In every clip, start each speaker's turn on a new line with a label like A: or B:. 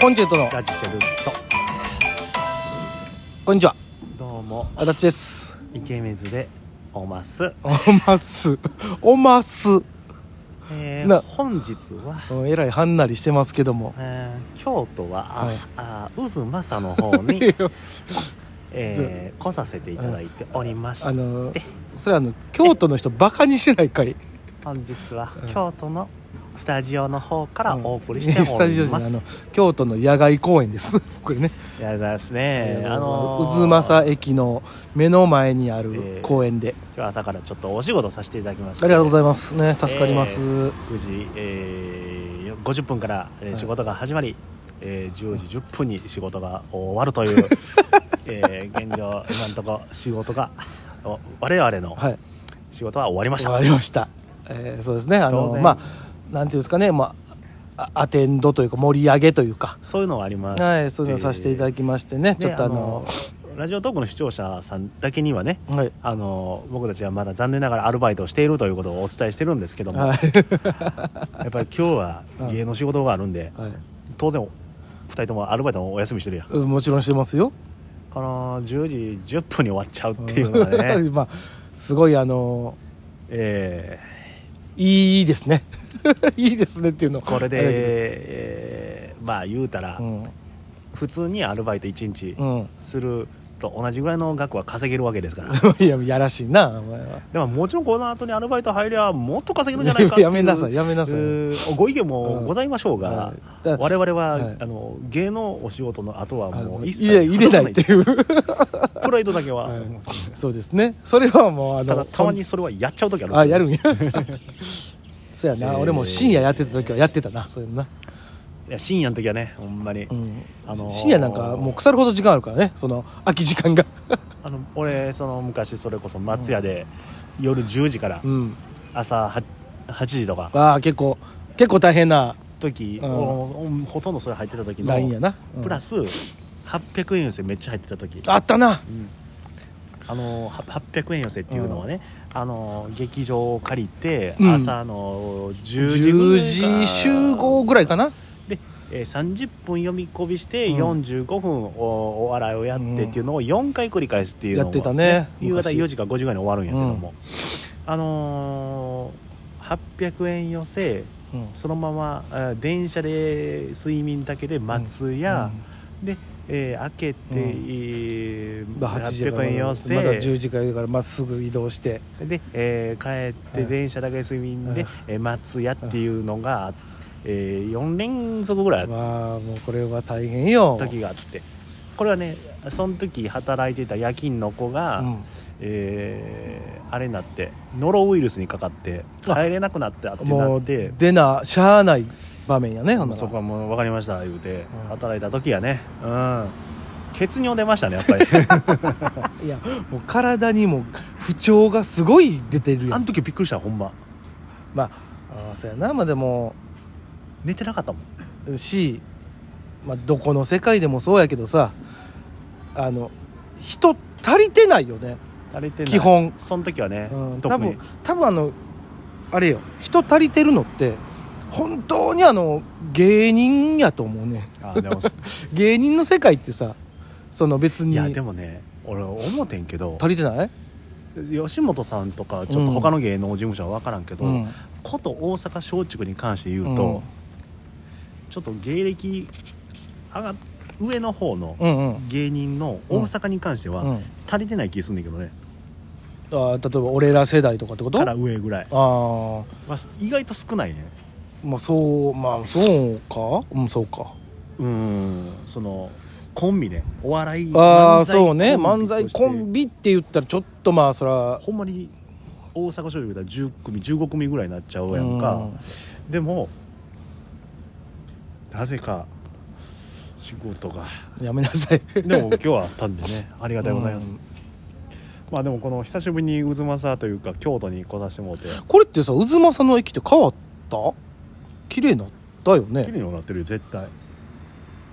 A: コンチェルトの
B: ラジシェルト
A: こんにちは
B: どうも
A: あだちです
B: イケメズでおます、
A: おますおます
B: え
A: な
B: ー、本日は、
A: うんえらいはんなりしてますけども
B: えー京都は、
A: はい
B: ああ渦政の方 に、えー、来させていただいておりまして
A: あのそれあの京都の人バカにしてないかい
B: 本日は
A: うん
B: 京都のスタジオの方から
A: うん
B: お送りしておりま す、
A: スタジオじゃないあの京都の野外公園ですこれね
B: いやりがとうございますねあのー
A: 渦政駅の目の前にあ
B: え
A: る
B: ー
A: 公園で
B: 今日朝からちょっとお仕事させていただきまし
A: あ
B: て
A: りがとうござい
B: ま
A: ますね助かります
B: えす9時、えー、50分から、え
A: は
B: ー
A: い
B: 仕事が始まり、えー、10時10分に仕事が終わる という、えー、現状今のところ仕事がお我々の
A: はい
B: 仕事は終わりまし
A: 終
B: た、
A: わりました、えーそうですねあ
B: 当
A: の
B: 然
A: まあなんていうんですかねまああアテンドというか盛り上げというか
B: そういうのはあります
A: はいそういうのをさせていただきましてねちょっとあの
B: ラジオトークの視聴者さんだけにはね
A: はい
B: あの僕たちはまだ残念ながらアルバイトをしているということをお伝えしてるんですけども、
A: はい
B: やっぱり今日は芸の仕事があるんで、
A: はい
B: 当然2人ともアルバイトもお休みしてるやん
A: うん もちろんしてますよ
B: この10時10分に終わっちゃうっていうのが ね、
A: まあすごいあの
B: え
A: いいですね いいですねっていうの
B: ーこれで、
A: あだけど
B: えーまあ言うたら、普通にアルバイト1日
A: うん うん
B: すると同じぐらいの額は稼げるわけですから
A: いややらしいなお前は
B: でももちろんこの後にアルバイト入りゃもっと稼げるんじゃないかっていう
A: やめなさいやめなさい
B: えーご意見もございましょうが、
A: はいだ
B: 我々は、
A: はい
B: あの芸能お仕事の後は
A: あ
B: も
A: の
B: う
A: い
B: 一切
A: や入れないっていう、
B: プライドだけは、
A: はいそうですねそれはもうあ
B: た
A: の
B: だたまにそれはやっちゃう時ある
A: あや るんやそうやな、
B: えー
A: 俺も深夜やってた時はやってたなそういうのな、
B: いや深夜の時はねほんまに、
A: うん
B: あのー
A: 深夜なんかもう腐るほど時間あるからねその空き時間 が
B: あの俺その昔それこそ松屋で、夜10時から
A: うん
B: 朝は 8, 時とか
A: ああ結構結構大変な
B: 時、
A: うん
B: おおほとんどそれ入ってた時の
A: ラインやな、うん
B: プラス800円寄せめっちゃ入ってた時
A: あったな
B: あのは800円寄せっていうのはね、あの劇場を借りて、
A: うん
B: 朝の
A: 10
B: 10時ぐらいか
A: 時集合ぐらいかな
B: で、えー30分読み込みして
A: うん
B: 45分おお笑いをやってっていうのを4回繰り返すっていうのも、
A: やってたね
B: 夕方
A: 昔
B: 4時か5時ぐらいに終わるんやけども、あのー、800円寄せ
A: うん
B: そのままあー電車で睡眠だけで松屋、で、えー開けて、
A: うん
B: えー
A: まあ8時から
B: 800円寄せ、
A: まだ10時からだからまっすぐ移動して
B: で、えー帰って
A: はい
B: 電車だけ睡眠で、
A: はい
B: えー松屋っていうのが、え4連続ぐらいあった
A: まあもうこれは大変よ
B: 時があってこれはねその時働いてた夜勤の子が、
A: うん
B: えーあれになってノロウイルスにかかって
A: あ
B: 帰れなくなってあってな
A: も
B: っ
A: う
B: て
A: 出なしゃあない場面やねほんなら
B: そこはもう分かりました言うて、
A: うん
B: 働いた時やねうん血尿出ましたねやっぱり
A: いやもう体にも不調がすごい出てるや
B: あ
A: ん
B: の時びっくりしたほんま
A: まああーそうやなまあでも
B: 寝てなかったもん
A: し、まあ、どこの世界でもそうやけどさあの人足りてないよね、
B: あれてない
A: 基本
B: その時はね、
A: うん、多
B: 特に
A: 分多分あのあれよ人足りてるのって本当にあの芸人やと思うね
B: あ でも
A: 芸人の世界ってさその別
B: い
A: に
B: やでもね俺思ってんけど
A: 足りてない
B: 吉本さんとかちょっと他の芸能事務所は分からんけど、
A: うん
B: こと大阪松竹に関して言うと、
A: うん
B: ちょっと芸歴上が上の方の
A: うんうん
B: 芸人の大阪に関しては、
A: うん
B: 足りてない気すんねんけどね
A: あー例えば俺ら世代とかってこと
B: から
A: あ
B: 上ぐらい
A: あ
B: は意外と少ないね
A: まあそうまあそうかうんそうか
B: うんそのコンビねお笑い
A: ああそうね漫才コン
B: ビ
A: ビって言ったらちょっとまあそら
B: としてほんまに大阪松竹だったら10組15組ぐらいになっちゃうやんか、
A: うん
B: でもなぜか仕事が
A: やめなさ い
B: でも今日はあったんでねありがとうございます、
A: うん
B: まあでもこの久しぶりに渦政というか京都に来させてもらって
A: これってさ渦政の駅って変わった綺麗になったよ
B: 綺
A: ね
B: 麗になってるよ絶対
A: ね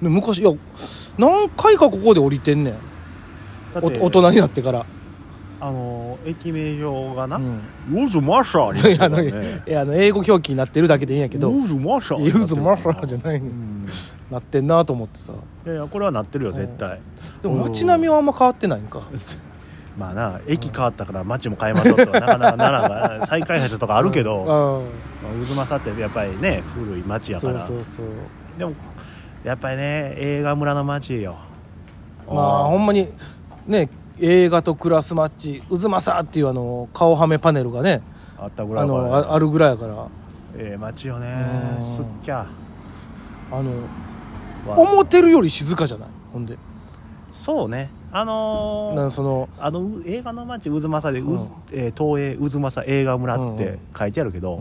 A: 昔いや何回かここで降りてんねん
B: だって
A: お大人になってから
B: あの駅名表がな
A: うん
B: 「ヨズマシャー」
A: そうい
B: に
A: やあ
B: な
A: の
B: って
A: い
B: たね
A: やあの英語表記になってるだけでいいんや
B: 「
A: け
B: ヨ
A: ど
B: ズマシャー」
A: ユーズマフラーじゃない
B: い
A: の
B: ん
A: なってんなと思ってさ
B: いやいやこれはなってるよ絶対
A: でも街並みはあんま変わってないんか
B: まあな駅変わったから街も変えましょうとはなかな かならない再開発とかあるけど、
A: ど
B: まあ、渦政ってやっぱりね古い町やか
A: そう
B: ら
A: そうそう
B: でもやっぱりね映画村の町よ
A: まあほん
B: ま
A: まにね映画とクラスマッチ渦政っていうあの顔はめパネルがね
B: あったぐら
A: あ
B: いだから
A: のああるぐらいやから
B: ええ町よね
A: うん
B: すっきゃ
A: あの
B: わ
A: 思ってるより静かじゃないほんで
B: そうねあのー
A: なんかその
B: あのう映画の町渦政で、う
A: うん
B: えー東映渦政映画村っ
A: うんう
B: て
A: ん
B: 書いてあるけど、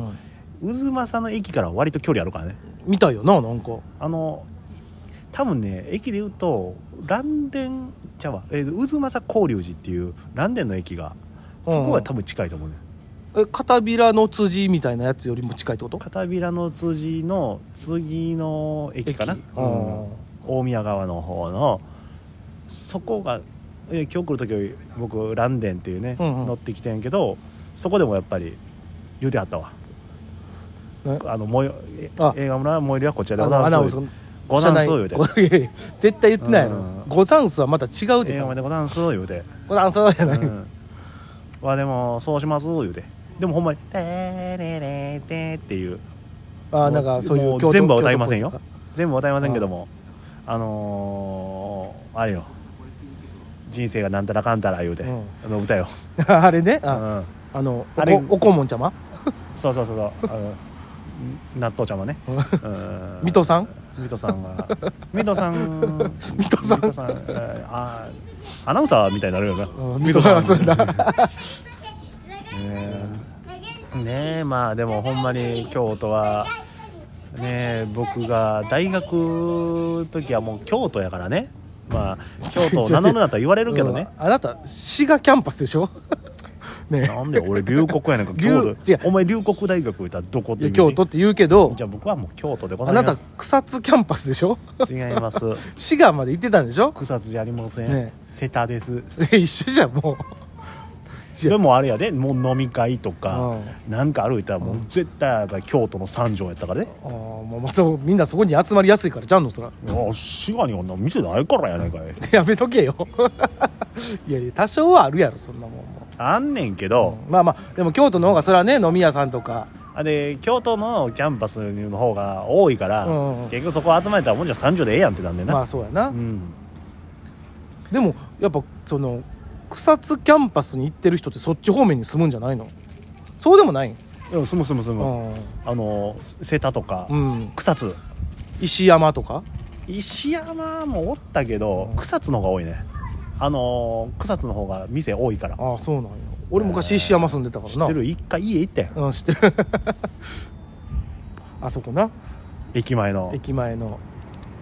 A: うん
B: 渦政の駅から割と距離あるからね
A: 見たいよななんか
B: あの多分ね駅で言うと蘭電ちゃうわ、えー、渦政交流寺っていう蘭電の駅がそこが多分近いと思うね、
A: え片びらの辻みたいなやつよりも近いってこと
B: 片平の辻の次の駅かな、
A: 駅
B: う
A: うんん
B: 大宮川の方のそこが、えー今日来る時僕蘭電っていうね、
A: うんうん
B: 乗ってきてんけどそこでもやっぱり言うてあったわ
A: ね
B: あのもよえ
A: あ
B: 映画村最寄りはこちらで
A: あ
B: ご
A: の
B: ざ
A: ア
B: ん
A: ナ
B: す
A: ウンス
B: よござんす言うて
A: ご いやいや絶対言ってないやろ
B: うん
A: ござんすはまた違うで
B: 映画村でござんす言うて、
A: ござんすはや
B: う
A: ない
B: ん、はでもそうします言うてでもほんまに「テレレテ」っていう
A: あなんかそうい
B: も
A: う
B: う
A: 京都
B: 全部は歌いませんよ
A: 京都っぽい
B: 全部歌いませんけどもあのー、あれよ人生がなんたらかんたら言うて、
A: うん
B: あの歌よ、
A: とか あれね
B: う
A: あ
B: ん、
A: あの
B: あれ
A: おこおこもんちゃま
B: そうそうそうそうあの 納豆ちゃんはね、うん
A: 水戸さん
B: 水戸さんが水戸さん
A: 水戸さん
B: 水戸さんえーあーアナウンサーみたいになるよな、
A: うん水戸さんはそうだ
B: ねえねえまあでもほんまに京都はねえ僕が大学の時はもう京都やからねまあ京都を名乗るなとは言われる けどね
A: うんあなた滋賀キャンパスで しょね
B: なんで俺龍谷やねんか
A: 龍
B: 京
A: 違
B: 都
A: う
B: お前龍谷大学言ったらどこっ
A: い
B: て
A: や
B: 意味
A: 京都って言うけど
B: じゃあ僕はもう京都でござ
A: あ
B: いま
A: なた
B: す
A: 草津キャンパスでしょ
B: 違います
A: 滋賀まで行ってたんでしょ
B: 草津じゃありません、
A: ね
B: 瀬田です
A: 一緒じゃんも違う
B: でもあれやでもう飲み会とか
A: う、
B: なんか歩いたらもう絶対やっぱり京都の三条やったからね、
A: うあーまあまあそうみんなそこに集まりやすいからじゃんのそら
B: あ滋賀に女店ないからやないかい
A: やめとけよ いやいや多少はあるやろそんなもんも
B: あんねんけど、
A: まあまあでも京都の方がそらね飲み屋さんとか
B: あれ京都のキャンパスの方が多いから、
A: うんうん
B: 結局そこ集まれたらもんじゃ三条でええやんってなんでな、
A: まあそうやな、
B: うん
A: でもやっぱその草津キャンパスに行ってる人ってそっち方面に住むんじゃないのそうでもないん
B: いやすむすむす
A: う
B: む、
A: ん、
B: あの瀬田とか、
A: うん、
B: 草津
A: 石山とか
B: 石山もおったけど、
A: うん
B: 草津の方が多いねあの草津の方が店多いから
A: ああそうなんや俺昔石山住んでたから
B: 知
A: な
B: ってる一回家行ったやん
A: うん知ってる あそこな
B: 駅前の
A: 駅前の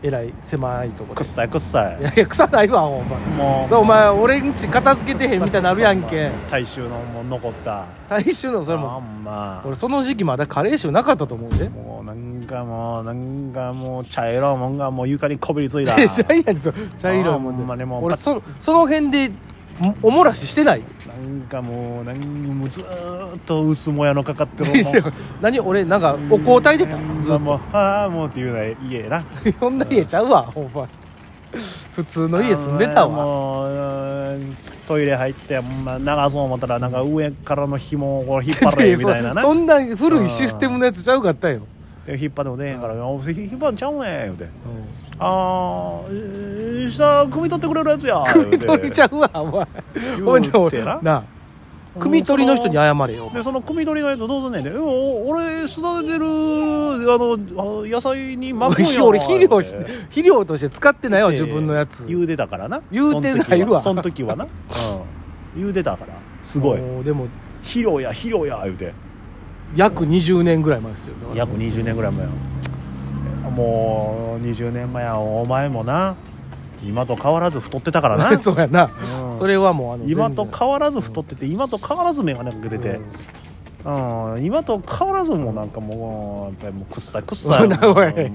A: えらい狭いとこ
B: くっ
A: で
B: さいくっさ
A: い
B: い
A: やいや草ないわお前
B: もう
A: そうお前俺んち片付けてへんみたいになるやんけ
B: 大衆のもう残った
A: 大衆のそれ
B: あ
A: も
B: んま
A: 俺その時期まだカレー臭なかったと思うで
B: もうなんかもうなんかもう茶色いもんがもう床にこびりつい
A: 茶
B: た
A: 色いやつ茶色いも
B: あほんま
A: ん
B: に
A: で
B: もう
A: 俺そその辺でおおもらししてない
B: なんかもうなんもうずーっと薄もやのか かってる
A: 何俺なんかお交代出たず
B: ず
A: っ
B: っとああもうっていうのは家やな
A: とそんな家ちゃうわお前普通の家住んでたわ
B: もううんトイレ入って、まあ、流そう思ったらなんか上からの紐をこう引っ張れみたいな な
A: そんな古いシステムのやつちゃうかったよ、
B: で引っ張っても出へんから「お引っ張んちゃうねん」言うて
A: うん
B: 「ああ下汲み取ってくれるやつや」
A: 組み取りち
B: ゃ
A: ゃうわお前
B: 言うて
A: ほんで俺
B: な
A: なあ組み取りの人に謝れよ
B: でその汲み取りのやつどうすんねんで「えお俺育ててるあのあ野菜に巻くんやわ」
A: 俺肥料し
B: 言うて
A: 肥料として使ってないわ自分のやつ
B: 言うてたからな
A: 言うてないわ
B: そん時はそん時はな、うん、言うてたからすごい
A: もうでも
B: 「肥料や肥料や」言うて
A: 約20年ぐらい前ですよだから
B: 約20年ぐらい前よもう20年前やお前もな今と変わらず太ってたから な
A: そうやな、
B: うん
A: それはもうあの
B: 今と
A: 全然
B: 変わらず太ってて今と変わらず眼鏡かけてて、
A: うん
B: うん、今と変わらずもうなんかもうやっぱりもうくっさいくっさい
A: な おい
B: ほんまに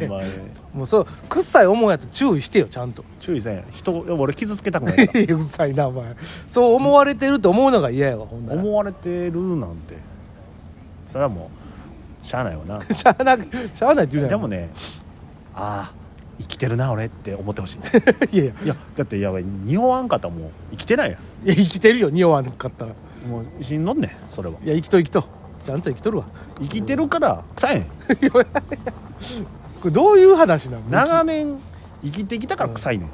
A: もうそう臭い思うやつ注意してよちゃんと
B: 注意せん人俺傷つけ たくないか
A: いや臭いなお前そう思われてると思うのが嫌やわほんな
B: ら
A: ら
B: 思われてるなんてそれはもうしゃあないわ な
A: しゃあなしゃあないって言うなよ
B: でもねああ生きてるな俺って思って ほしい
A: いやいや
B: いやだってやばい匂わんかったらもう生きてないや
A: いや生きてるよ匂わんかったらい
B: んもうしんどんねんそれは
A: や生きと生きとちゃんと生きとるわ
B: 生きてるから臭いねん
A: これどういう話なの
B: 長年生きてきたから臭いねん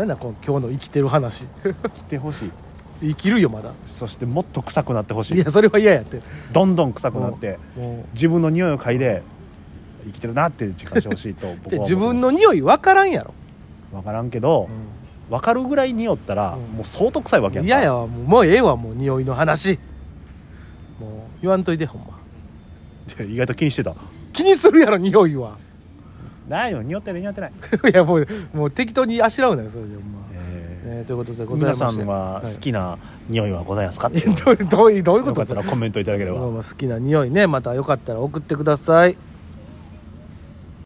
A: なんだこの今日の生きてる話
B: 生きてほしい
A: 生きるよまだ
B: そしてもっと臭くなってほし
A: い
B: い
A: やそれは嫌やって
B: どんどん臭くなって
A: もう
B: 自分の匂いを嗅いで生きてるなって実感してほしいと僕
A: じゃあ
B: は思ってます
A: 自分の匂い分からんやろ
B: 分からんけど、分かるぐらい匂ったら、
A: うん
B: もう相当臭いわけやんか
A: 嫌やわもうもうええわもう匂いの話もう言わんといてほんま
B: いや 意外と気にしてた
A: 気にするやろ匂いは
B: ないよ匂ってない匂ってない、
A: いやもうもう適当にあしらうなよそれでほんま、
B: え
A: えーということで
B: ー
A: ございまして
B: 皆さんは好きな匂いはございますかっていうのを
A: はい どういうどういうこと
B: よか
A: で
B: っ
A: す
B: た
A: から
B: コメントいただければ
A: 好きな匂いねまたよかったら送ってください